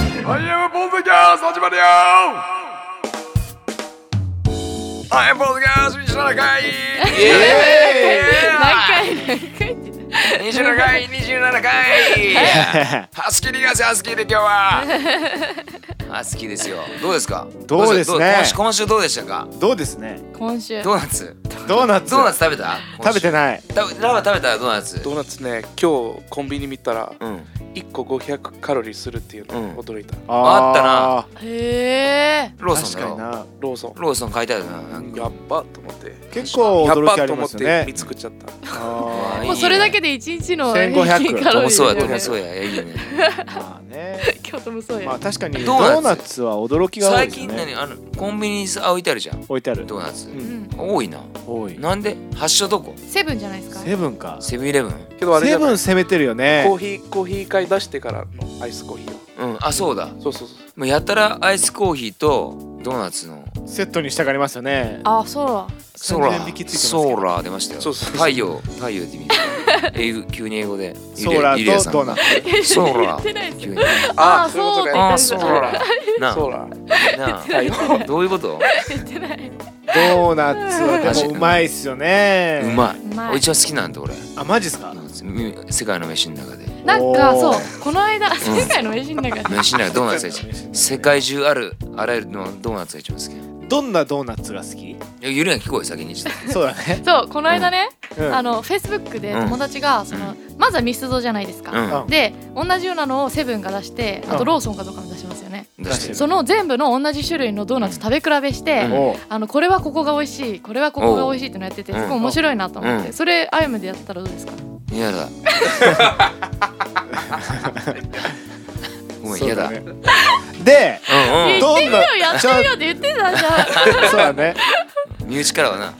ムポッドキャスト始まるよはい、ポッドキャスト27回何回何回って27回27回ハスキーにがせハスキーで今日はハスキーですよどうですかどうですどねう今週今週どうでしたか どうですね今週ドーナツドーナツドーナツ食べた食べていないラバ食べたドーナツドーナツね今日コンビニ見たらうん1個500カロリーするっていううんの驚いた、あったなっへえロー確ソンだかによなローソンローソン買いたいよななんかやっばと思って結構やっ驚きあばりと思まっすよてね見つくっちゃったあいいーねもうそれだけで一日の1500平均カロリもーそうやとだもよそうねやいいよねまあね 今日ともそうまあや確かにドドーナツーナツは驚きが多い最です近ね何あのコンビニにさ置いてあるじゃん置いてあるドーナツううんん多いな多いなんで発祥どこセブンじゃないですかセブンかセセブンイレブンけどあれじゃブないン攻めてるよコーねヒーコーヒー会出してからのアイスコーヒーをうんあそうだそうそうそうもうやたらアイスコーヒーとドーナツのセットに従いますよねあそうだソーラ完全に引きーついてますけどソーラー出ましたよそうそうそう太陽太陽って意味英語急に英語でソーラゆりやーさとんドーナ ツソーラ言ってないーです急にあーそういうことそうねかあーソーラーなそうだあな太陽あどういうこと言ってないドーナツはでもうまいっすよねうまいうまい一番好きなんだ俺あマジっすかうん世界の飯の中でなんかおーそうこの間世界の美味しいんだから飯の中でドーナツが一 番世界中あるあらゆるのドーナツが一番好きどんなドーナツが好きいやゆりやん聞こえ先にちょっそうだねそうこの間ねうんあのフェイスブックで友達がそのまずはミスドじゃないですとかうで同じようなのをセブンが出してあうとんローソンかどうかも出しますよねん出して出しその全部の同じ種類のドーナツ食べ比べして、うんおうあのこれはここが美味しいこれはここが美味しいってのやってておうすごい面白いなと思って、うんそれアイムでやったらどうですか嫌 だごめんそう嫌だねでうんうん言ってみようやってみようって言ってたじそうだね身内からはな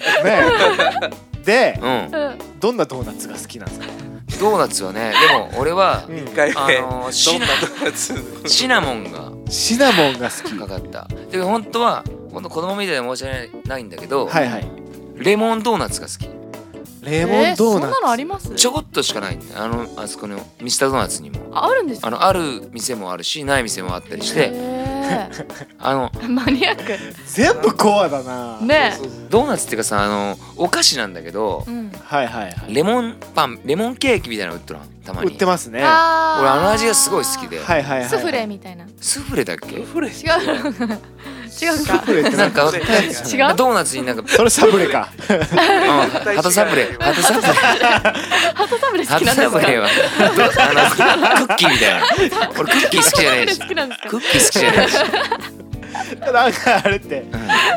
ね でうんゃん、 うん、どんなドーナツが好きなんですかドーナツはねでも俺 はうん1回あ目のーシナドーナツシナモンがシナモンが好きかかったで本当は本当子供みたいで申し訳ないんだけど、はいはいレモンドーナツが好レモンドーナえツそんなのありますきちょこっとしかないんだよあのあそこのミスタードーナツにもああるんですあかのある店もあるしない店もあったりしへて ーあのマニアック全部コアだなねそうそうそうドーナツっていうかさあのお菓子なんだけどえ、うん、はいはいはいレモンパンレモンケーキみたいなの売っとらんたまに売ってますねはあー俺あの味がすごい好きで、いはいはいスフレみたいな違スフレだっけフレう違うサかブレってななん んかか違うドーナツになんか、それサブレかうん、鳩サブレ鳩サブレ鳩サブレ好鳩きなんサですブかレはあのクッキーみたいな俺クッキー好きじゃない鳩し サブレ好きなんですかクッキー好きじゃないし、なんかあれって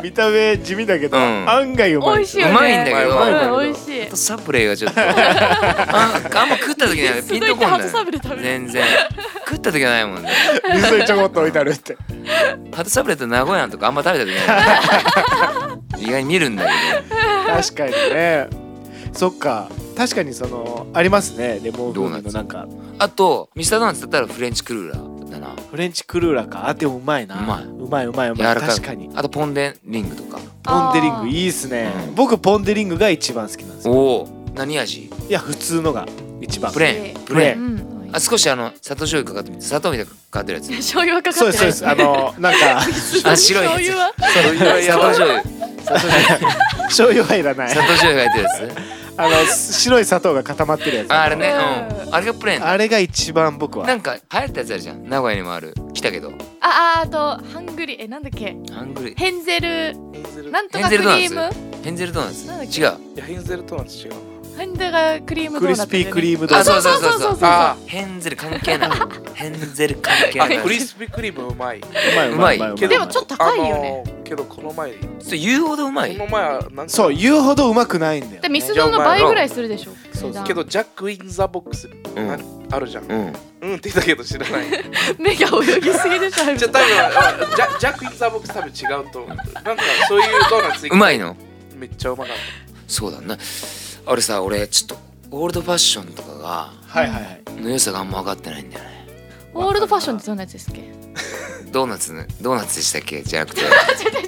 見た目地味だけどうん案外うまい美味しいようねまいんだけどうん美味しい鳩サブレがちょっとああんま食った時にはピンとこんないすごい鳩サブレ食べる全然食った時はないもんね水にちょこっと置いてあるって鳩サブレって名古屋のとかあんま食べた時ない意外に見るんだけ確かにねそっか確かにそのありますねレモン風味のなんかどあとミスタードーナツだったらフレンチクルーラーだなフレンチクルーラかあでもうまいなうまいうまいうまいう柔らまいかい確かにあとポン・デ・リングとかポン・デ・リングいいっすねうん僕ポン・デ・リングが一番好きなんですよおお何味いや普通のが一番プレーンププレーンうんあ少しあの砂糖醤油かかって砂糖みたいにかか ってるやつ醤油はかかってそうなでいすそうですあのなん かあ白いやつ醤油は砂糖醤油醤油はいらない砂糖醤油が入ってるやあの白い砂糖が固まってるやつつああれねううんあれがプレーあれが一番僕ンなはんか流行ったやつあるじゃん名古屋にもある来たけどああとハングリーえなんだっけハングリーヘンゼルなんとヘンかゼクルリドーナツームヘンゼルドーなんナだっツけ違ういやヘンゼルドーナツ違うヘンゼルクリームドクーリナスツピークリームムドーあナツそうそうそうそうそうそうそそううあヘンゼル関係 ないヘンゼル関係あないちょクリスピークリームうまいうまいうまいうままいいうまけどいでもちょっと高いよね、あのーけどこの前こっと言うほどうまいの前はなんかそう言うほどうまくないんだよでミスドの倍ぐらいするでしょそうそう値け段どジャック・イン・ザ・ボックスうんなあるじゃんうんうんって言ったけど知ら ない目が泳ぎすぎでしょじゃあ多分あジャジャック・イン・ザ・ボックス多分違うと思うなんかそういうドーナツうまいいのめっちゃうまかっそうだなあれさ俺ちょっとオールドファッションとかがはいはいはいの良さがあんま分かってないんだよねオールドファッションってどんなやつ ですっけ違うドーナツねドーナツでしたっけじゃなく て違う違う違う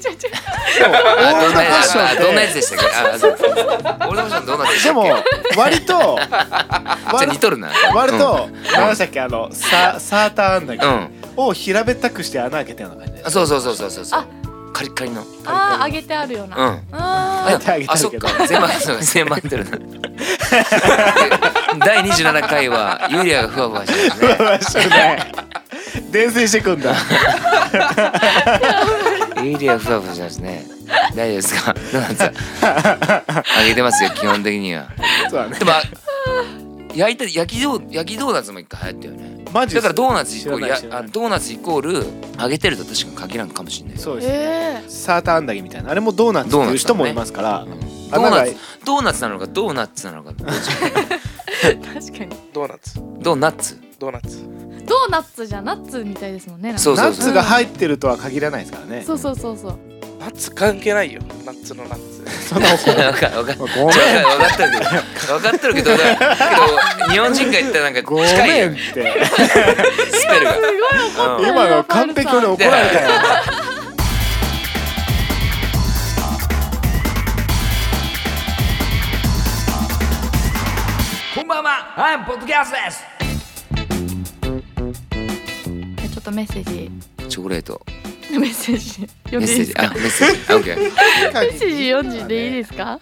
でもオあールドファッションあどんなやっつでしたっけあそうオールドファッションドーナツでしてたでっけも割と割じゃあ似とるな割と何でしたっけあのササーターアンダギーうんを平べったくして穴開けたような感じであそうそうそうそうそうそうあカリッカリのあー、揚げてあるような。うんあやーってあげたあそいっけどか千万そうか千万ドルだで第27回はユリアがふわふわしてますねわしね伝染してくんだユリアふわふわしてますね大丈夫ですかどうなんですかあげてますよ基本的にはそうだねでもあ焼いた焼きドー焼きドーナツも一回流行ったよねマジだからドーナツイ知コらールないや知らあないドーナツイコール揚げてると確かに限らんかもしれないそうですねえサーターアンダギーみたいなあれもドーナツっていう人もいますからうんあドーナなんツかドーナツなのかドーナツなのかどっち え確かに。ドーナツドーナツドーナツドーナッツじゃナッツみたいですもんね。なんかそうナそッうそツうが入ってるとは限らないですからねそうそうそうそう。ナッツ関係ないよナッツのナッツそんな怒わかわかご分かってるけど分かってるけどだけど日本人が言ったらなんかご近いめよんっねてスペルがうん今の完璧に怒られたよこんばんははいポッドキャストですちょっとメッセージ。チョコレートメッセージ。読んメッでいいセーですジか。あメッセージあオッケ ーメッセージ読んでいいですすか。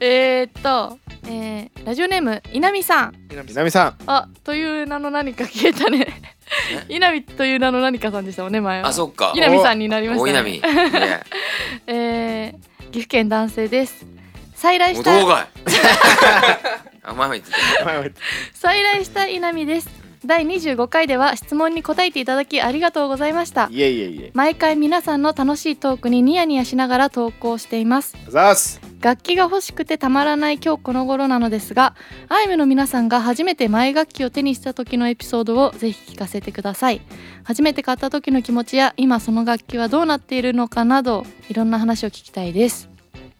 えーっと、えー、ラジオネーム稲見さん。南さん南さんあという名の何か消えたね。稲見という名の何かさんでしたもんね前は。あそっか稲見さんになりました、大稲ね。見 いやえー、岐阜県男性です。再来もうした動画 あ前も言ってた再来した稲見です。第25回では質問に答えていただきありがとうございました。いえいえいえ毎回皆さんの楽しいトークにニヤニヤしながら投稿しています。ざーす楽器が欲しくてたまらない今日この頃なのですが、アイムの皆さんが初めて前楽器を手にした時のエピソードをぜひ聞かせてください。初めて買った時の気持ちや今その楽器はどうなっているのかなどいろんな話を聞きたいです。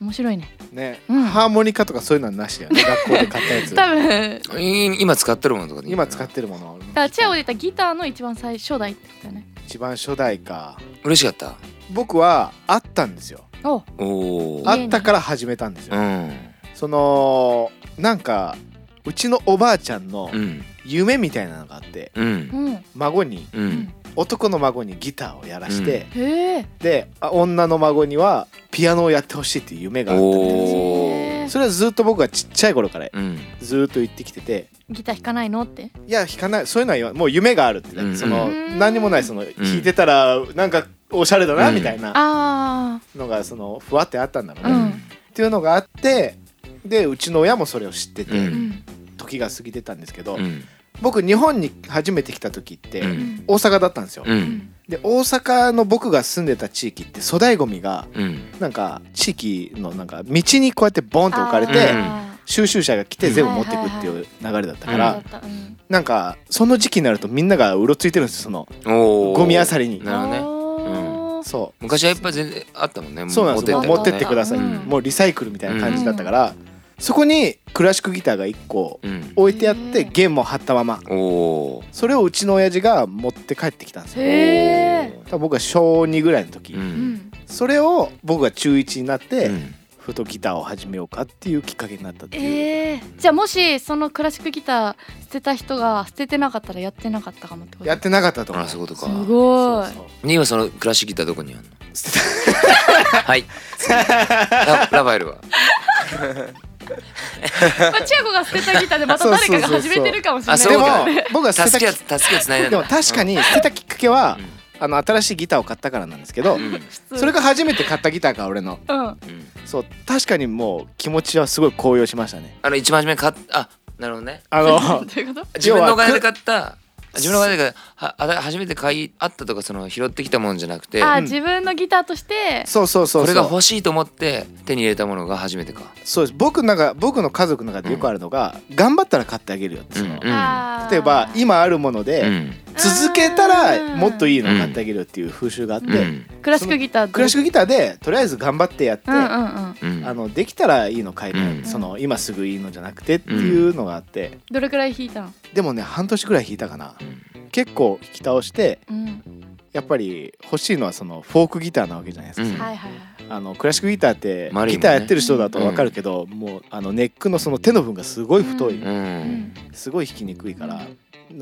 面白いね。ねうんハーモニカとかそういうのはなしだよね学校で買ったやつ多分い今使ってるものとかでいい今使ってるものだからチアを出たギターの一番最初代ってことだよね。一番初代か嬉しかった僕はあったんですよおおおあったから始めたんですうよんそのなんかうちのおばあちゃんのうん夢みたいなのがあってううんん、孫にう、うん男の孫にギターをやらして、へえ。であ女の孫にはピアノをやってほしいっていう夢があったんでおへーーすそれはずっと僕がちっちゃい頃からうんずっと言ってきててギター弾かないのって。いや弾かないそういうのは言わもう夢があるって、うんそのうん何にもないその弾いてたらなんかおしゃれだなうんみたいなあのがそのふわってあったんだろううね、うんんっていうのがあってでうちの親もそれを知ってて、うあ。うんん。時が過ぎてたんですけど、うん僕日本に初めて来た時って、うん大阪だったんですよ、ううんん。で大阪の僕が住んでた地域って粗大ごみがうんなんか地域のなんか道にこうやってボンって置かれて、あー収集車が来てうん全部持ってくっていう流れだったかうんら、はいだったうんなんかその時期になるとみんながうろついてるんですよそのおおゴミ漁りになるほどねおーそ昔はやっぱ全然あったもんねうそうなんですよ持ってったりねもう持ってってください、うんもうリサイクルみたいな感じだったから、そこにクラシックギターが1個うん置いてあっへてー弦も張ったままおおそれをうちの親父が持って帰ってきたんですよへえ。多分僕が小2ぐらいの時、ううんん。それを僕が中1になって、うんふとギターを始めようかっていうきっかけになったっていう、ええ。じゃあもしそのクラシックギター捨てた人が捨ててなかったらやってなかったかもってこと。やってなかったと思あうそういうことすかごい。そうで今そのクラシックギターどこにあるのそう捨てはいララファエルはまあ千代子が捨てたギターでまた誰かが始めてるかもしれあないそたういでうもことだね僕が捨てた助きけ助けつないだでも確かに捨てたきっかけは、あの新しいギターを買ったからなんですけど、うんうんそれが初めて買ったギターか俺のうん。うんそう確かにもう気持ちはすごい高揚しましたねあの一番初めに買っあなるほどね あのどういうこと？自分のお金で要買はった自分のお金で買ったはあだ初めて買いあったとかその拾ってきたもんじゃなくてあうーん自分のギターとして。そうそうそうこれがそう欲しいと思って手に入れたものが初めてかそうです僕なんか僕の家族の中でよくあるのが、頑張ったら買ってあげるよってその、うんあー例えば今あるもので、うん続けたらもっといいのを買ってあげるよっていう風習があって、うんクラシックギタークラシッックギターでとりあえず頑張ってやって、うんうんうんうんあのできたらいいの買いなうよ、んその今すぐいいのじゃなくてっていうのがあって、どれくらい弾いたのでもね半年ぐらい弾いたかな結構弾き倒してうんやっぱり欲しいのはそのフォークギターなわけじゃないですか、うんはいはいはいあのクラシックギターっ丸ていもんねギターやってる人だとわかるけど、もうあのネックのその手の分がすごい太い、うんうんすごい弾きにくいからあ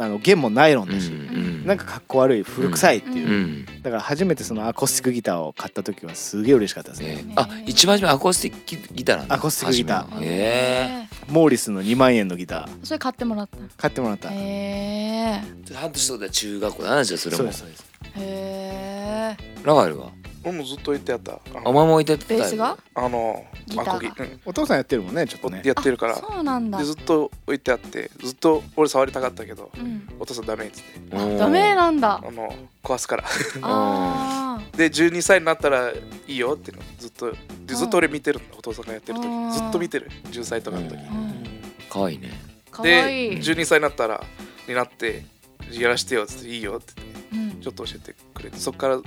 の弦もナイロンだし、んなんかかっこ悪い古臭いっていう、うんだから初めてそのアコースティックギターを買った時はすげえ嬉しかったですね、えーあ一番初めアコースティックギターなんだアコースティックギター初めのへモーリスの2万円のギターそれ買ってもらったの買ってもらった、へえ半年とだ中学校だなじゃあそれそうもですそうですえへえラガールは俺もずっと言ってやったあお前のも置いてったベースがあのギターがアコギうんお父さんやってるもんねちょっとねやってるからあそうなんだでずっと置いてあってずっと俺触りたかったけどうんお父さんダメっつっておーダメなんだあの壊すからあで12歳になったらいいよっていうのずっとでずっと俺見てるのお父さんがやってる時うんずっと見てる10歳とかの時ーうん可愛いねかわいでい12歳になったらになってやらしてよっつっていいよって言ってうんちょっと教えてくれてそっからも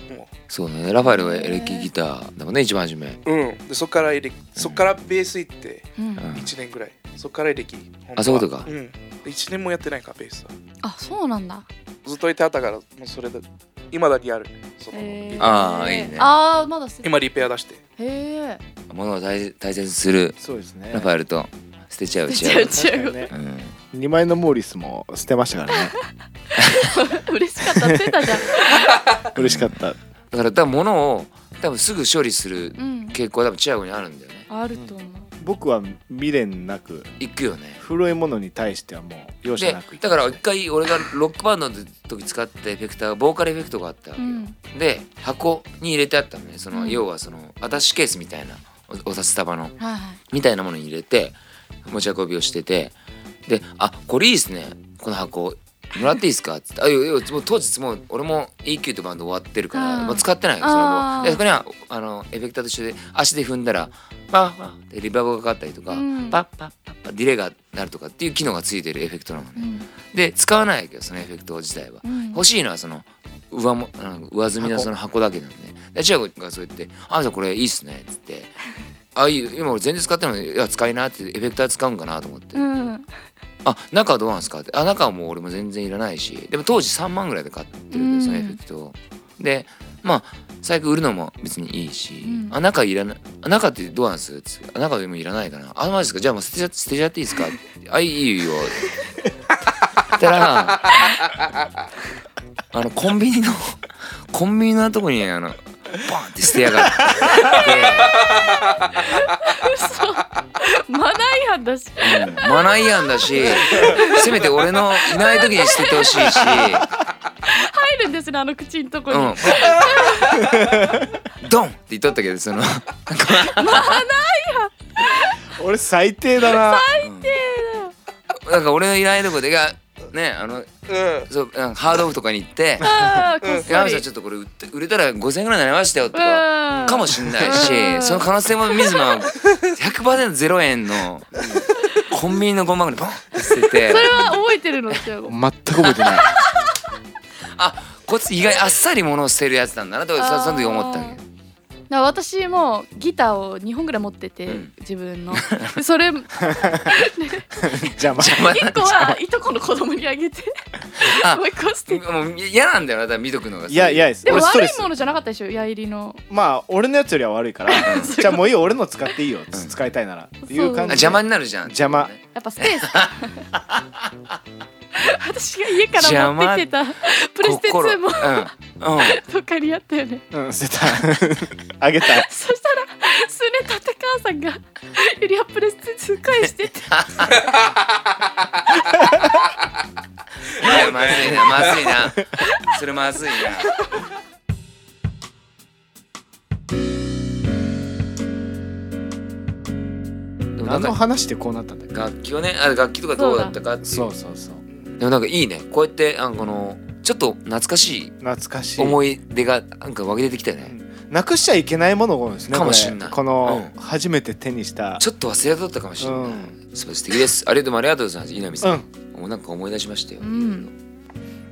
そうだねラファエルはエレキギターだもんね一番初めううんでそっからエレそっからベース行ってうんうん1年ぐらいそっからエレキあそういうことかうん1年もやってないからベースはあそうなんだずっといてあったからもうそれで今だけあるそのへーあーいいねああまだ捨て今リペア出してへ えものを大切大切にするそうですねラ ファエルと捨てちゃうちゃ捨うてちゃう確かにねうん2万円のモーリスも捨てましたからね嬉しかったついたじゃん嬉しかっただから多分物を多分すぐ処理するうん傾向は多分チアゴにあるんだよねあると思う僕は未練なく行くよね古いものに対してはもう容赦でなくだから一回俺がロックバンドの時使ったエフェクターがボーカルエフェクトがあったわうけよ、んで箱に入れてあったのねその、うん要はそのアタッシュケースみたいなおお札束のはいはいみたいなものに入れて持ち運びをしててで「あこれいいですねこの箱もらっていいですか?」って言って「あいやいやもう当日もう俺も EQ とバンド終わってるから、うんもう使ってないよそのあー後でそこにはあのエフェクターと一緒で足で踏んだらパッパッってリバーブがかかったりとか、うんパッパッパッパッディレイがなるとかっていう機能がついてるエフェクトなのね。うんで使わないわけどそのエフェクト自体は。うん欲しいのはその上もあの上積みのその箱だけなんでで千秋がそう言って「あんたこれいいっすね」っつって「あいい今俺全然使ってないのにいや使いな」ってエフェクター使うんかなと思って「うんあ中はどうなんですか?」って「あ中はもう俺も全然いらないしでも当時3万ぐらいで買ってるんでそのエフェクトを。でまあ最悪売るのも別にいいし「うんあ中いらないあ中ってどうなんす?」っつって「あ中でもいらないかなあマジですかじゃあもう捨てちゃ捨てちゃっていいですか?」あいいよ」ったらあのコンビニのコンビニのとこにあのバンって捨てやがって マナー違反だしでうんマナー違反だしせめて俺のいない時に捨ててほしいし、入るんですねあの口んとこうに、ん、 ドンって言っとったけどそ の俺最低だななんか俺のいないとこでがねあのうんそううんハードオフとかに行ってああこっ「山口そりさんちょっとこれ売って売れたら5,000円ぐらいになりましたよ」とか。うんかもしんないし、うんその可能性も水野は100%0 円のコンビニのゴマぐらいボンって捨ててそれは覚えてるのって全く覚えてないあこいつ意外あっさり物を捨てるやつなんだなとあーその時思ったわけどだから私もギターを2本ぐらい持ってて、うん自分ので それ1邪魔 個はいとこの子供にあげて あもう1個捨ててもう嫌なんだよなだから見とくのがいやいやですでも俺スト悪いレスものじゃなかったでしょ矢入りのまあ俺のやつよりは悪いからじゃあもういいよ俺の使っていいよ使いたいならっていうあ感じで邪魔になるじゃん邪魔やっぱスペー ス私が家から持ってきてたプレステ心2もうん、うん、どっかにあったよねうん捨てた あげたそしたら数年経って母さんが「ゆりはプレステ2返して」 っていやまずいなまずいなそれまずいなでもな何んのか話でこうなったんだっけ楽器をねあ楽器とかどうだったかっていうそうそうそうでもなんかいいねこうやってあのこのちょっと懐かしい懐かしい思い出がなんか湧き出てきたよね、なくしちゃいけないものですねかもしんないこれこのう初めて手にしたちょっと忘れとったかもしれない、うそう素敵ですありがとうもありがとうございます稲見うさん、んもうなんか思い出しましたよ、うん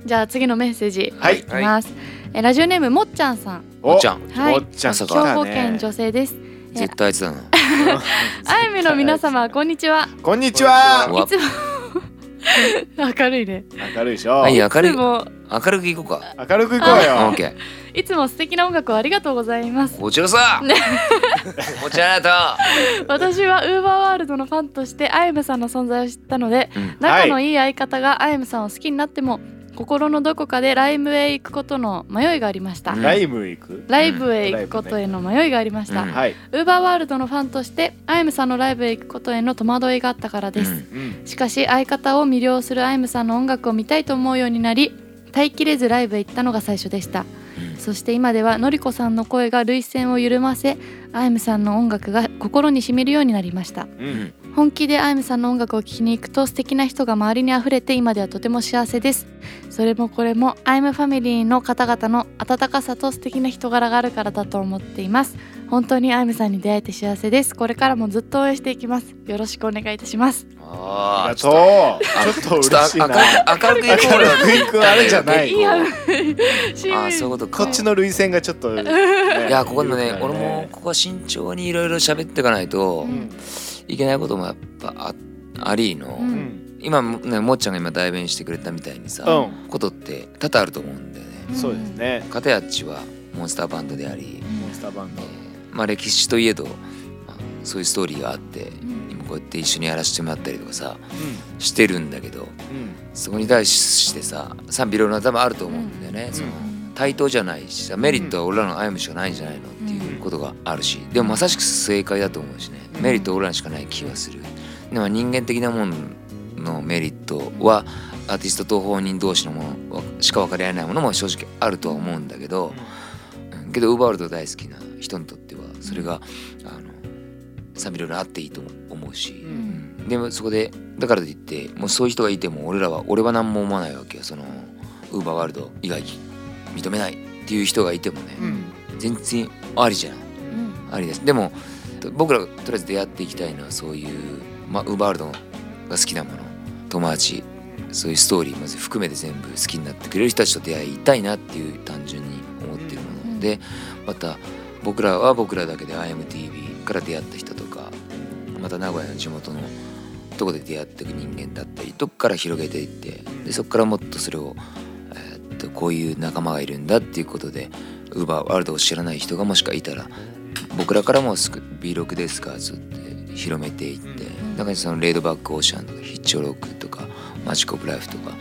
じゃあ次のメッセージはいいきます、えラジオネームもっちゃんさんおっちゃんはいおっちゃんまさ兵か庫県女性です絶対あいつだな あゆみの皆様こんにちはこんにちはこんにいつも 明るいね明るいでしょ、はい、明るいでも明るくいこうか明るくいこうオッよケーいつも素敵な音楽をありがとうございますこちらさねこちらだ私はウーバーワールドのファンとしてアイムさんの存在を知ったのでと、うん、仲のいい相方がアイムさんを好きになっても心のどこかでライブへ行くことの迷いがありました、うんライム行くライブへ行くことへの迷いがありました、うんはい、ウーバーワールドのファンとしてアイムさんのライブへ行くことへの戸惑いがあったからです、うんうん、しかし相方を魅了するアイムさんの音楽を見たいと思うようになり耐えきれずライブへ行ったのが最初でしたそして今ではのりこさんの声が涙腺を緩ませアイムさんの音楽が心に染みるようになりましたううんん、本気でアイムさんの音楽を聴きに行くと素敵な人が周りにあふれて今ではとても幸せですそれもこれもアイムファミリーの方々の温かさと素敵な人柄があるからだと思っています本当にアイムさんに出会えて幸せですこれからもずっと応援していきますよろしくお願いいたしますあああとうちょっと嬉しいな明るくいこうよって言ったんだよ明るくいくあれじゃないいやああーそういうことかこっちの涙腺がちょっと、ねいやここのね緩くなる俺もここは慎重にいろいろ喋っていかないとうんいけないこともやっぱあありの、ううんん、今もねもっちゃんが今代弁してくれたみたいにさ、うことって多々あると思うんだよね。ん、そうですね片やっちはモンスターバンドであり、モンスターバンえドーまあ、歴史といえど、まあそういうストーリーがあってうん今こうやって一緒にやらせてもらったりとかさうしてるんだけどんそこに対してさ賛否いろいろな多分あると思うんだよね。んその対等じゃないしさメリットは俺らの歩むしかないんじゃないのっていうことがあるしでもまさしく正解だと思うしねうんメリットは俺らにしかない気がするでも人間的なもののメリットはアーティストと本人同士のものしか分かり合えないものも正直あるとは思うんだけどうんけどウーバーワールド大好きな人にとってはそれがあの賛否いろいろあっていいと思うし、んうんでもそこでだからといってもうそういう人がいても俺らは俺は何も思わないわけよそのウーバーワールド以外認めないっていう人がいてもね、うん全然ありじゃんうんありですでもと僕らがとりあえず出会っていきたいのはそういう、まあ、ウーバーワールドが好きなもの友達そういうストーリーまず含めて全部好きになってくれる人たちと出会いたいなっていう単純に思ってるもので、また僕らは僕らだけで IMTV から出会った人とかまた名古屋の地元のとこで出会っていく人間だったりとこから広げていってでそこからもっとそれを、えーっとこういう仲間がいるんだっていうことでウーバーワールドを知らない人がもしかいたら僕らからもすく B6 ですかずって広めていってん中にそのレイドバックオーシャンとかヒッチョロックとかマジコブライフとか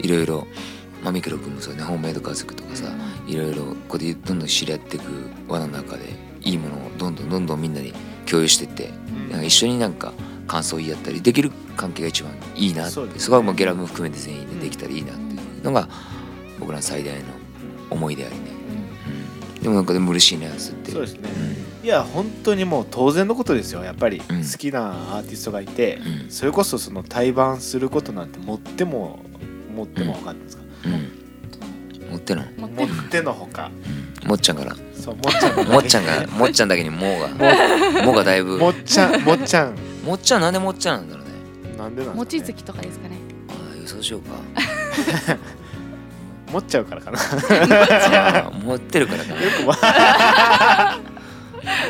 いろいろ、まあ、ミクロ君もそうねホームメイド家族とかさいろいろここでどんどん知り合っていく輪の中でいいものをどんどんどんどんみんなに共有してってなんか一緒になんか感想を言い合ったりできる関係が一番いいなってそそうですねこはもうゲラも含めて全員でできたらいいなっていうのが僕らの最大の思いでありね、うん、でもなんかでも嬉しいねつってそうですねういや本当にもう当然のことですよやっぱり、うん好きなアーティストがいて、んうんそれこそその対バンすることなんて持っても持ってもほかですか、うん。持っての。持っ持てるってのほかもっちゃんから。そうもっちゃんがもっちゃん が、もっちゃんだけにもうが。もうがだいぶ。もっちゃんもっちゃんもっちゃんなんでもっちゃんなんだろうね。なんでなん餅ですかつねきとかですかねああ、予想しようか。 持っちゃうからかな よああ持ってるからかくわな。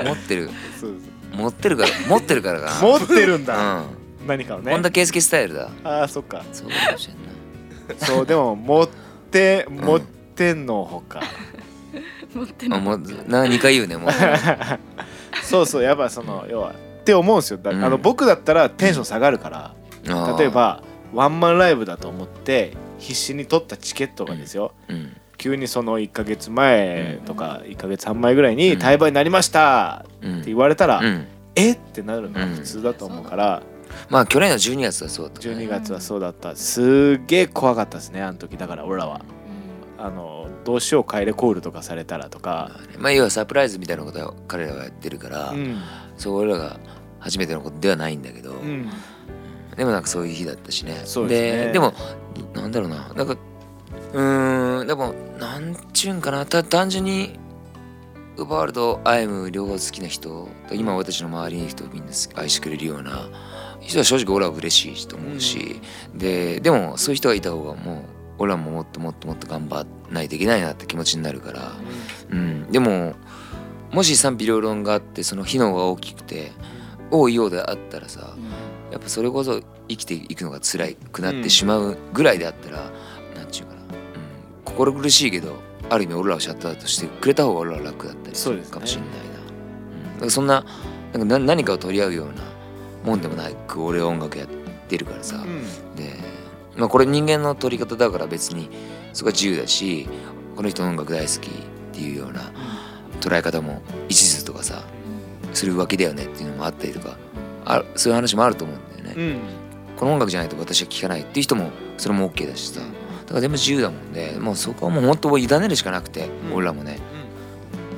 持ってる。そう持ってるから、持ってるからか持ってるんだ、な。うん。何かをね本田圭佑スタイルだ。ああそっかそうかもしれない。そうでも持って持ってのほか、持ってあ、ないもう、な、二回言うね、もう。 そうそうやっぱその要はって思うんですよだ、うんあの僕だったらテンション下がるからああ 例え。ばワンマンライブだと思って必死に取ったチケットがですよ、うん。急にその1ヶ月前とか1ヶ月半前ぐらいに対売になりましたうって言ん。われたら、うん。えってなるのが普通だと思うから、まあ、去年の12月はそうだったね。 12月はそうだったすげえ怖かったですねあの時だから俺らはあのどうしよう帰れコールとかされたらとか、まあ、要はサプライズみたいなことは彼らがやってるから、うんそう俺らが初めてのことではないんだけど、うんでもなんかそういう日だったしね。そうですねででもなんだろうななんかうーんでもなんちゅうんかなた単純にウーバーワールドアイム両方好きな人今私の周りの人みんな好き愛してくれるような人は正直俺は嬉しいと思うし、ででもそういう人がいた方がもう俺らももっともっともっと頑張らないといけないなって気持ちになるから、うん、でももし賛否両論があってその火の方が大きくて多いようであったらさやっぱそれこそ生きていくのが辛くなってしまうぐらいであったら、なんちゅうかな、うん、心苦しいけどある意味俺らをシャットアウトしてくれた方が俺らは楽だったりすそうるですねかもしれないなうんだからそんななんかな何かを取り合うようなもんでもなく俺は音楽やってるからさ、で、まあ、これ人間の取り方だから別にそこは自由だしこの人の音楽大好きっていうような捉え方も一途とかさするわけだよねっていうのもあったりとかあそういう話もあると思うんだよね、うんうんこの音楽じゃないと私は聴かないっていう人もそれも OK だしさだから全部自由だもんでもうそこはもう本当委ねるしかなくて、うん俺らもね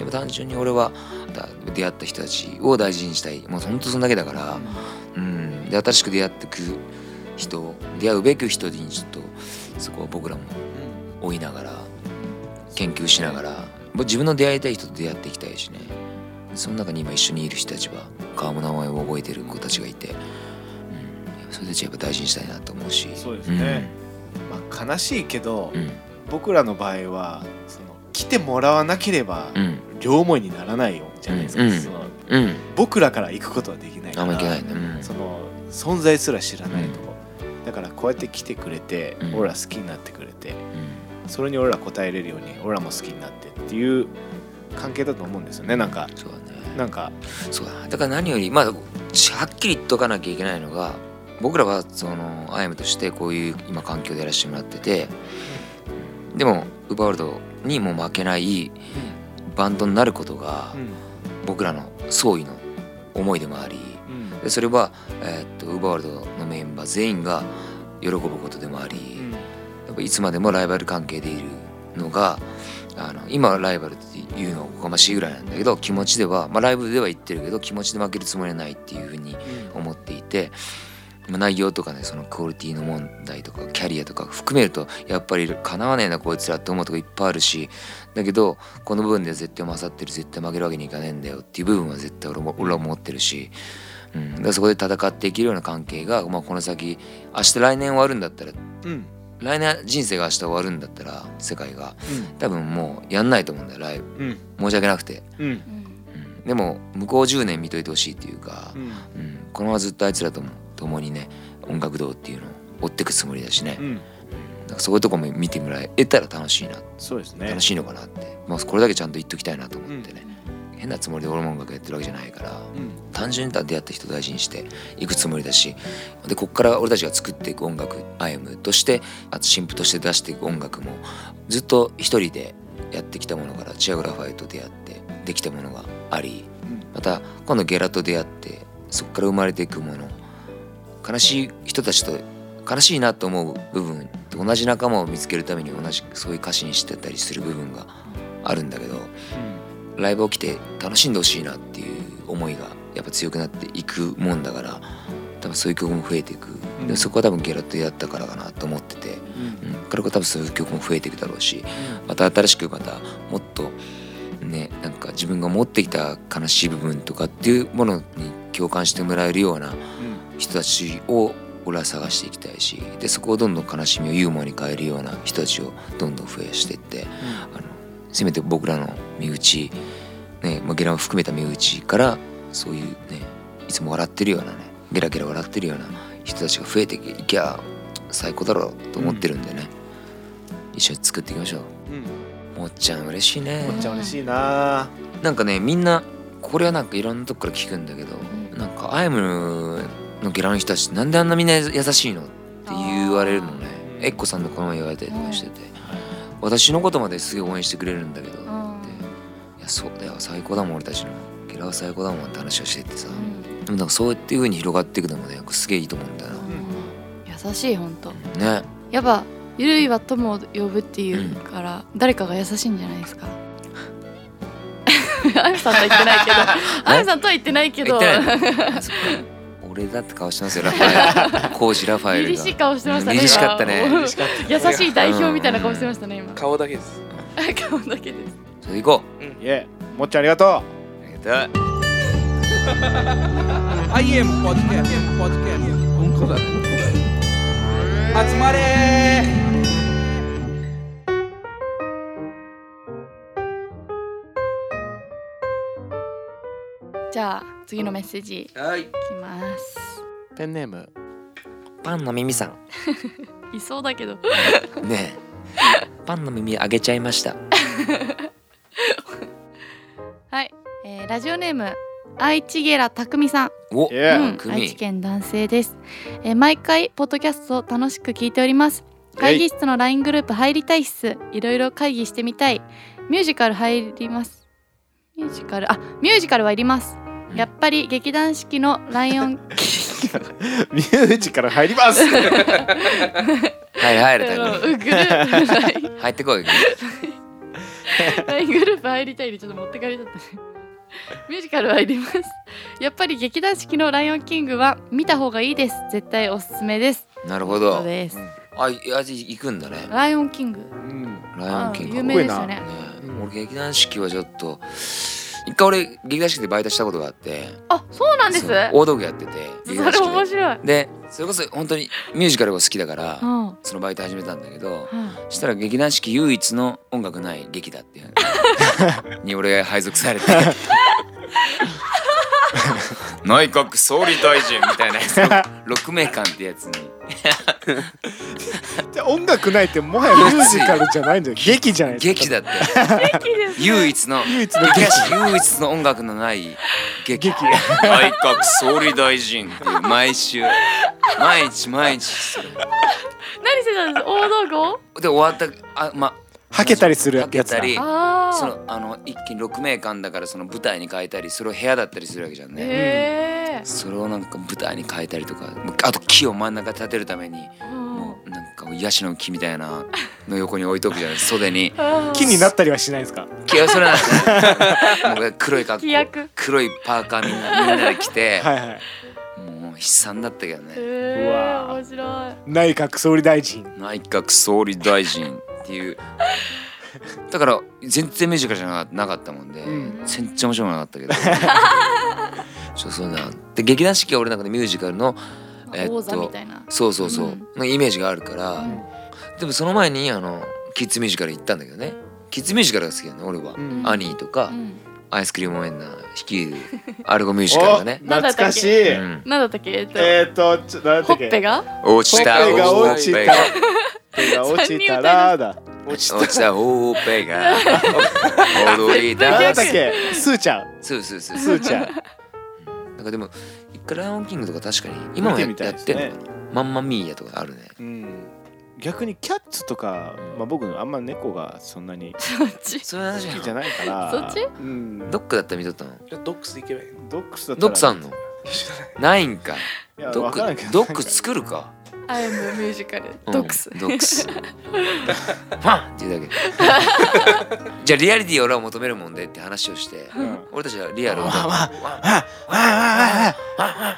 でも単純に俺はだ出会った人たちを大事にしたいもう本当そんだけだから、うん、で新しく出会ってく人出会うべく人にちょっとそこは僕らも追いながら研究しながらもう自分の出会いたい人と出会っていきたいしねその中に今一緒にいる人たちは顔も名前も覚えてる子たちがいて、うん、それたちやっぱ大事にしたいなと思うしそうですね、まあ、悲しいけどうんうん僕らの場合はその来てもらわなければうん両思いにならないよじゃないですか、うんそのうん僕らから行くことはできないかあんまらいけないねうんその存在すら知らないとこ、だからこうやって来てくれて、うん俺ら好きになってくれてそれに俺ら応えれるように俺らも好きになってっていう関係だと思うんですよねなんかそうだねなんかそうだなだから何よりまあしはっきり言っとかなきゃいけないのが僕らはそのアイムとしてこういう今環境でやらせてもらっててでもウーバーワールドにも負けないバンドになることが僕らの総意の思いでもありでそれは、えーっとウーバーワールドのメンバー全員が喜ぶことでもあり、やっぱいつまでもライバル関係でいるのがあの今はライバルっていうのはおこがましいぐらいなんだけど気持ちでは、まあ、ライブでは言ってるけど気持ちで負けるつもりはないっていうふうに思っていて、まあ、内容とかねそのクオリティの問題とかキャリアとか含めるとやっぱりかなわねえなこいつらって思うとこいっぱいあるしだけどこの部分では絶対勝ってる絶対負けるわけにいかねえんだよっていう部分は絶対俺も俺は思ってるし。うん、だからそこで戦っていけるような関係が、まあ、この先明日来年終わるんだったらうん来年人生が明日終わるんだったら世界がうん多分もうやんないと思うんだよライブうん申し訳なくて、うんうん、でも向こう10年見といてほしいっていうかう、んうん、このままずっとあいつらとも共にね音楽堂っていうのを追ってくつもりだしね、うんだからそういうとこも見てもらえたら楽しいなそうですね楽しいのかなって、まあ、これだけちゃんと言っときたいなと思ってね、変なつもりで俺も音楽やってるわけじゃないからうん単純にただ出会った人を大事にしていくつもりだしでこっから俺たちが作っていく音楽アイムとしてあと新婦として出していく音楽もずっと一人でやってきたものからチアグラファイと出会ってできたものがありまた今度ゲラと出会ってそこから生まれていくもの悲しい人たちと悲しいなと思う部分と同じ仲間を見つけるために同じそういう歌詞にしてたりする部分があるんだけど。ライブを来て楽しんでほしいなっていう思いがやっぱ強くなっていくもんだから多分そういう曲も増えていく、うんでそこは多分ゲラッとやったからかなと思ってて、うんうん、これから多分そういう曲も増えていくだろうしまた新しくまたもっとねなんか自分が持ってきた悲しい部分とかっていうものに共感してもらえるような人たちを俺は探していきたいしでそこをどんどん悲しみをユーモアに変えるような人たちをどんどん増やしていってあのせめて僕らの身内、ねまあ、ゲラも含めた身内からそういうねいつも笑ってるようなねゲラゲラ笑ってるような人たちが増えていきゃ最高だろうと思ってるんでね、一緒に作っていきましょうんうもっちゃん嬉しいねめっちゃ嬉しいななんかねみんなこれはなんかいろんなとこから聞くんだけど、うんなんかアイムのゲラの人たちなんであんなみんな優しいのって言われるのねあーエッコさんのこの前言われたりとかしてて、私のことまですごい応援してくれるんだけどってんいやそうだよ最高だもん俺たちのゲラは最高だもんって話をしててさ、でもなんかそうやっていう風に広がっていくのもねすげえいいと思うんだよな、優しい本当ねやっぱゆるいは友を呼ぶっていうから、誰かが優しいんじゃないですかあゆさんとは言ってないけどあゆさんとは言ってないけ言どって ないのあそっか俺だって顔してますよラファエルコージラファエ凛ル々しい顔してました凛ね々しかった今ね 優しい代表みたいな顔してましたね今顔だけです。顔だけですそれで行こいえもっちゃんありがとううありがとう I am podcast. I am podcast. 本当だ。集まれー。じゃあ次のメッセージいきはいますペンネームパンの耳さんいそうだけどねえパンの耳あげちゃいましたはい、えーラジオネーム愛知ゲラたくみさんお、いやうん、愛知県男性です、えー毎回ポッドキャストを楽しく聞いております会議室の LINE グループ入りたいっすいろいろ会議してみたいミュージカル入りますミュージカルあミュージカルはいりますうんやっぱり劇団四季のライオンミュージカル入り ますはい 入グれルたよープ LINE 入ってこい LINE グループ入りたいにちょっと持ってかれちゃったねミュージカルはいりますやっぱり劇団四季のライオンキングは見た方がいいです絶対おすすめですなるほそどうですあ、いや行くんだねライオンキングうんライオンキングか有っこ名いいでねすよね俺劇団四季はちょっと一回俺劇団四季でバイトしたことがあってあ、そうなんです。そう大道具やってて劇そ団れ四季面白い。ででそれこそ本当にミュージカルが好きだからうん。はそのバイト始めたんだけどあしたら劇団四季唯一の音楽ない劇だっていう に俺が配属されて内閣総理大臣みたいなやつ6名間ってやつにじゃあ音楽ないってもはやミュージカルじゃないんだよ劇じゃないですか劇だっていいですね唯一の唯一の劇劇団四季唯一の音楽のない劇劇内閣総理大臣っていう毎週毎日毎日それ何してたんです。大道具を。で終わったあまはけたりするやはけつだたりああ。そのあの一気に6名間だからその舞台に変えたりそれを部屋だったりするわけじゃんね。へえ。それをなんか舞台に変えたりとかもうあと木を真ん中立てるためにうんもうなんかヤシの木みたいなの横に置いとくじゃない袖にあー木になったりはしないですか木はそれ なんですよ黒い格規好約。黒いパーカーみんなみんなで着て、はいはいもう悲惨だったけどへねうえ。わー面白い。内閣総理大臣内閣総理大臣っていうだから全然ミュージカルじゃなかなかったもんで、うん全然面白くなかった けどそうそうだで劇団四季は俺の中でミュージカルのえっと王座みたいな。そうそうそう、うんのイメージがあるから、うんでもその前にあのキッズミュージカル行ったんだけどねキッズミュージカルが好きだね俺は、うんアニーとか、うんアイスクリームオンエンナー率いるアルゴミュージカルがねお懐かしいうんなんだったっけ。えっとえっとちょなんだっほたっっけぺが。落ちたほっぺが落ちほっぺたがほっぺが落ちたら だ落ち落ちたほっぺ が踊りたなんだだっすたっけスーちゃんそうそうそうスそうーちゃんなんかでも一回ライオンキングとか確かに今もや見てみたやいっですてねるのかなマンマミーヤとかあるねうん逆にキャッツとか、まあ、僕あんま猫がそんなにそっち。そういう話好きじゃないないか らそっちうんドックだったら見とったのじゃあドックス行けばいいのドックスだったらドックさんの知らないないんかいやドッわからんけクどドック作るかアイムミュージカル。うんドックス。ドック スファンって言うだけ じゃあリアリティを俺は求めるもんでって話をしてうん 俺たちはリアルをわわワわあわあ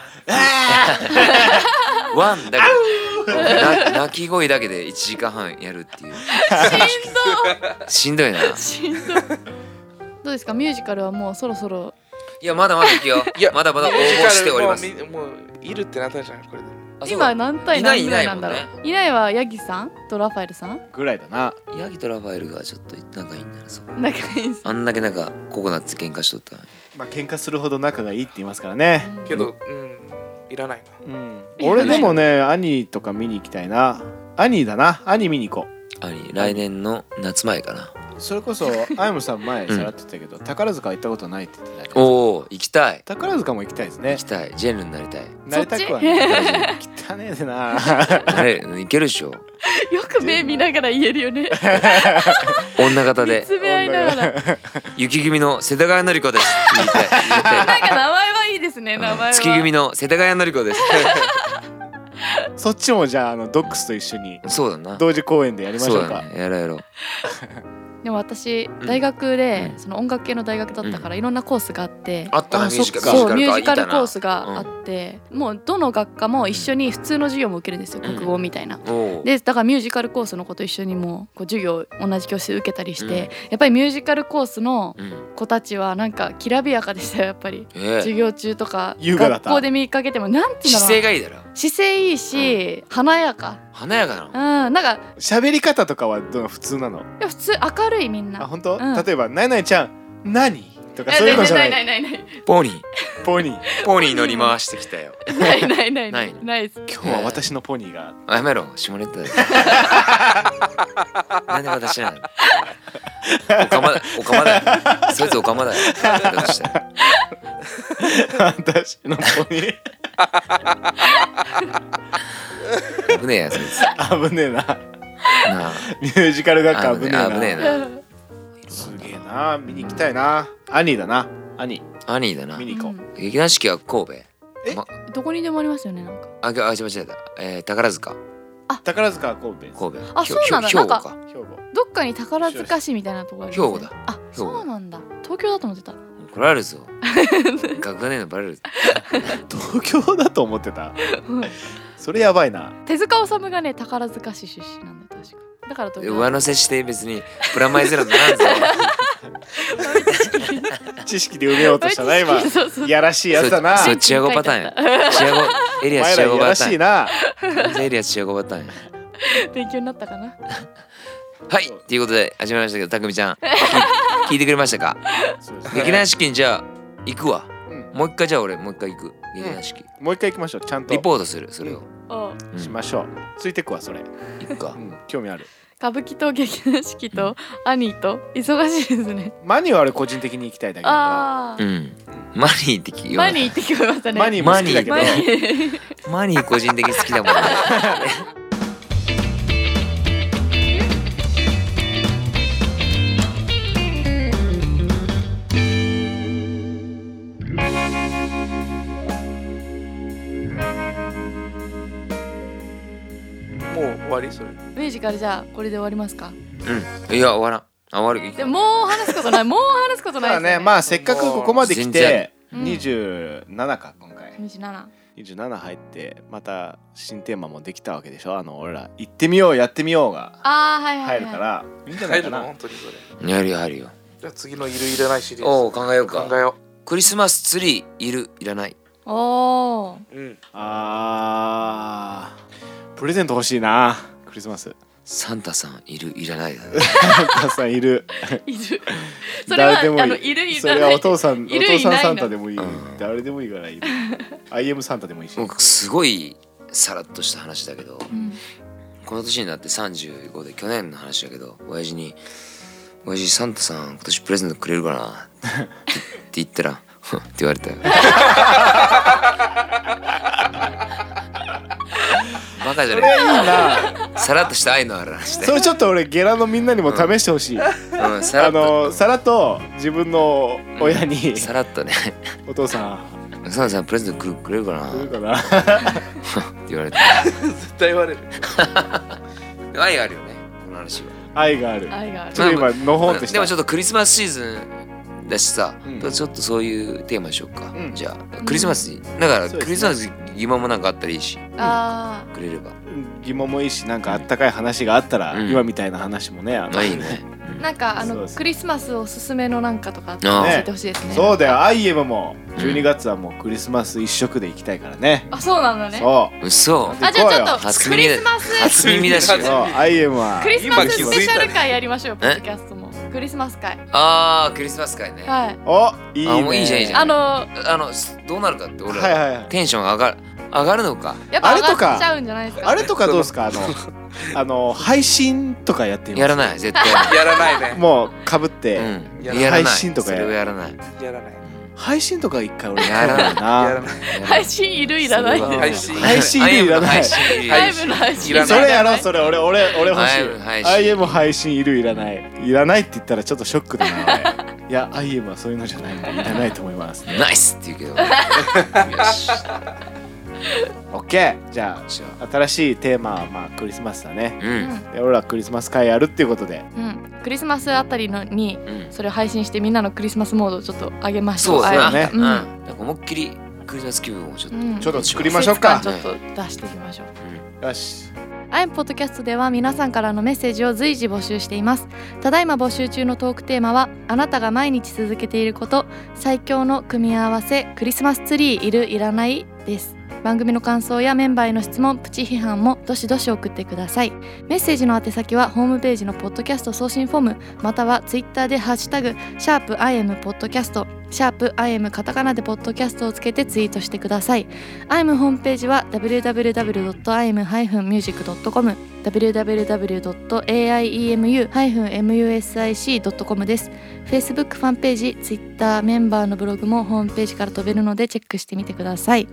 ンワンだけどな泣き声だけで1時間半やるっていうしんどいなしんどい。しんどい。どうですか。ミュージカルはもうそろそろ。いやまだまだ行くよいやまだまだ応募しておりますミュージカルもうみもういるってなったじゃんこれであそうだ今何対何ぐらいなんだろいないいないもう。いないはヤギさんとラファエルさん。ぐらいだなヤギとラファエルがちょっと仲いいんだなそう仲いい です。あんだけなんかココナッツ喧嘩しとったのにまあ喧嘩するほど仲がいいって言いますからね、けどうんいらないなうん、俺でもね兄とか見に行きたいな兄だな兄見に行こう兄来年の夏前かなそれ こそあやむさん前うんさらってたけど、宝塚は行ったことないって言ってたけどおお行きたい宝塚も行きたいですね行きたいジェンルになりたいなりたくはない 大汚ねえでな 丈夫なれいけるでしょよく目見ながら言えるよ ね。女型見でつめ 合いながら。なんか雪組の世田谷のり子ですって言いたい言いたい名前はいいですね。名前うは。ん月組の世田谷のり子ですそっちもじゃああのドックスと一緒にそうだな同時公演でやりましそょううかだねやろうやろうでも私ん大学でうんその音楽系の大学だったからいろんなコースがあって。あったなあミュージカルそっかそうミュージカルかコースがあって、もうどの学科も一緒に普通の授業も受けるんですよ、うん国語みたいな。おおうでだからミュージカルコースの子と一緒にもうこう授業同じ教室で受けたりして、やっぱりミュージカルコースのうん子たちはなんかきらびやかでしたよやっぱりえ授え業中とか優雅だった学校で見かけてもなんていうんだろ姿う勢がいいだろ姿勢いいし、華やか華やかうんななんかい喋り方とかはどう普通なのや普通明るいみんあな本当、うん例えば「ナイナイちゃん何?」とかないそういうのじゃなないいないないないポニーポニーポニー乗り回してきたよないないないなないいないです今日は私のポニーが あやめろ下ネタだよなんで私なのおかまおかまだよそいつおかまだよだとしたら私のポニー危ねえやそいつ危ねえななミュージカル学あ科危ねえな危ねえなすげえな見に行きたいな兄だな兄兄だな見に行こう、うん劇団四季は神戸どこにでもありますよねなんかあ、あ、間違えた。えー、宝塚、宝塚は神戸です神戸。あひょそうなんだひょ兵庫なんか。兵庫どっかに宝塚市みたいなとこあります兵庫だあ兵庫だそうなんだ東京だと思ってた来られる ぞ。学年のバレる。東京だと思ってたそれやばいな手塚治虫がね宝塚市出身なんだよ確かだから東京上乗せして別にプラマイゼロにならんぞ。知識で埋めようとしたな今そうそうそういやら しいやつだなそ、そうチアゴパターン や。チアゴ、エおリア前スチアらやゴパらタしーいなン。エリアスチアゴパターンや。勉強になったかなはい、ということで始まりましたけど、たくみち ゃん、聞い聞いてくれましたかそ うですね劇団四季にじゃあ、行くわ。うんもう一回じゃあ俺、もう一回行く。劇団四季。もう一回行きましょうちゃんとリポートする、それを。おううんしましょうついてくわそれ、行くかう。ん、興味ある歌舞伎と劇団四季と兄と忙しいですねマニーは俺個人的に行きたいだけどあうあん。マニーって聞いマニー行ってきましたねマニーも好きだけどマニーマニー個人的に好きだもんね。もう終わりそれ ミュージカルじゃあこれで終わりますかうん。いや、終わらん。あ、終わる。でももう話すことないもう話すことたないだですねよねまあせっかくここまで来て全然27か今回27 27入ってまた新テーマもできたわけでしょあの俺ら行ってみようやってみようがああはいはい、はい、入るからいいんじゃな入いかるなの本当にそれやるよ、あるよ。じゃあ次のいるいらないシリーズおお、考えよう考か。えよクリスマスツリーいるいらない。おーううんあープレゼント欲しいなクリスマ スサンタさんいるいらない だ、ね。お母さんいるい るそれは誰でもいいあのいるいそられなはいお父さんおいる父いさんないサンタでもいいうん誰でもいい からいる IM サンタでもいいしもうすごいさらっとした話だけど、うんこの年になって35で去年の話だけど、親父に親父サンタさん今年プレゼントくれるかなって言ったら、ふんって言われ たよ。バカじゃねいいなえ。さらっとした愛のある話で そ。れちょっと俺ゲラのみんなにも試してほしいあうん、さらっと。のさらっと自分の親にさらっとね。お父さんサンタさんプレゼントくるくれるかなっ来るてかな 言われて。絶対言われる愛あるよねこの話は愛がある愛があるちょっと今のほんとしたでもちょっとクリスマスシーズンだしさ、うんちょっとそういうテーマにしようか、うんじゃあクリスマスにだからそうですねクリスマス疑問もなんかあったらいいしあくれれば疑問もいいしなんかあったかい話があったら、うん今みたいな話もね、あのあいいねーなんかあそうでのすクリスマスおすすめのなんかとかあったあらー教えてほしいですねそうだよ IM もん12月はもうクリスマス一色で行きたいからね、あそうなんだねそうそあじゃあちょっ初とク耳リだスマ ス初耳だしうそう IM はクリスマス今気づいたスねペシャル会やりましょうポッドキャストもクリスマス会あークリスマス会ね、はいおいいあねもういいじゃんいいじゃんあのあのすどうなるかって俺はいらはいはいテンション上がる上がるのかやっぱあれ上とかがっちゃうんじゃないですかあれとかどうですか あのあの配信とかやってみますやら ない絶対やらない ねもうかぶって、うんややらないらない配信とかそやれはやらないやらない配信とか一回俺やらない ややらならい配信いるいらないそうだ配信配信いらない配信いらなライいブの配信いらないそれやろうそれ俺俺俺欲しい IM 配信 IM 配信いるいらないいらないって言ったらちょっとショックだな俺いや IM はそういうのじゃないんでいらないと思いますナイスって言うけどよし OK じゃじゃあ新しいテーマはまあクリスマスだねあ うんで俺らクリスマス会やるっていうことでうんクリスマスあたりのにうんそれを配信してみんなのクリスマスモードをちょっと上げましょそううあだえねてね。うん。うんなんか思いっきりクリスマス気分をちょっと。うんちょっと作りましょうか季節感ちょっと出していきましょうよしアイポッドキャストでは皆さんからのメッセージを随時募集していますただいま募集中のトークテーマはあなたが毎日続けていること最強の組み合わせクリスマスツリーいるいらないです番組の感想やメンバーへの質問プチ批判もどしどし送ってくださいメッセージの宛先はホームページのポッドキャスト送信フォームまたはツイッターで「ハッシュタグシャープ #IM ポッドキャスト」シャープ #IM カタカナでポッドキャストをつけてツイートしてください IM ホームページは www.im-music.com www.aiemu-music.com です Facebook ファンページ Twitter メンバーのブログもホームページから飛べるのでチェックしてみてください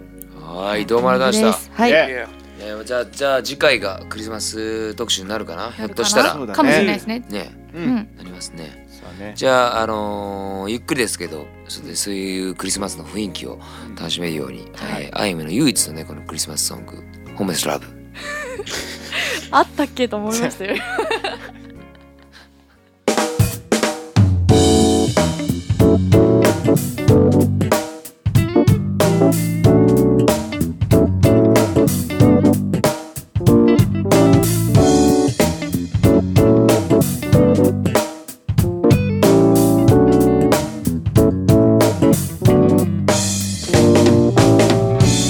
はいどうもありがとうございましたたはい、ねいやえーじゃあじゃあ次回がクリスマス特集になるかなひょっとしやたらるそうだねかもしれないですねねう。うんんなりますねそうだね。じゃああのーゆっくりですけどそうですそういうクリスマスの雰囲気を楽しめるように、えーあゆみの唯一のねこのクリスマスソング「ホームレスラブ」あったっけと思いましたよ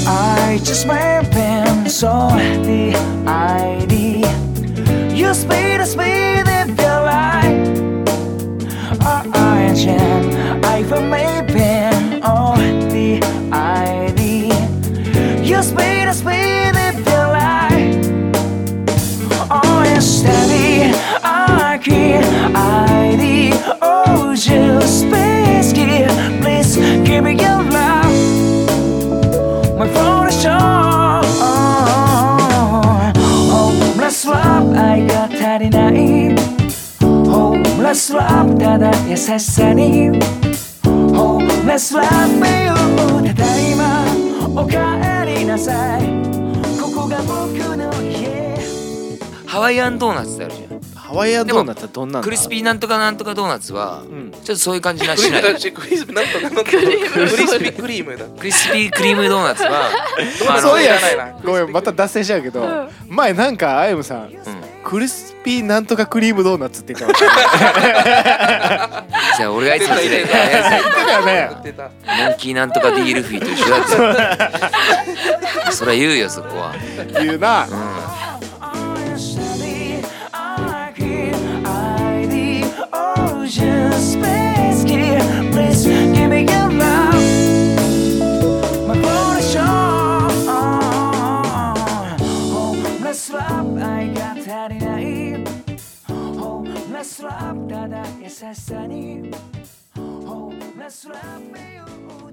I just went been so the ID You speed the speed if you like I jam I will maybe all the ID You speed the speed if you like Oh it's steady I can ID Oh just space key Please give me your love my phone is on Homeless love 愛が足りない Homeless love ただ優しさに Homeless love 名誉ただいまおかえりなさいここが僕の家ハワイアンドーナツってあるじゃハワイアンドーナツはどんなんんだクリスピーなんとかなんとかドーナツは、うんちょっとそういう感じなクリしないームクリームなんとかなんとかクリスピークリームだクリスピークリームドーナ ツはあのそういやいらないなごめんまた脱線しちゃうけど、前なんかあゆむさん、クリスピーなんとかクリームドーナツって言ってましたねじゃあ俺がいつも言ってた出たやだから言ねってたつモンキーなんとかディールフィーと一緒だっ てそれは言うよそこは言うな、 I'm steady I can ID Ocean space key Please give me your love My phone is on Homeless love 愛が足りない Homeless love oh, ただ優しさに Homeless love 名誉 Oh,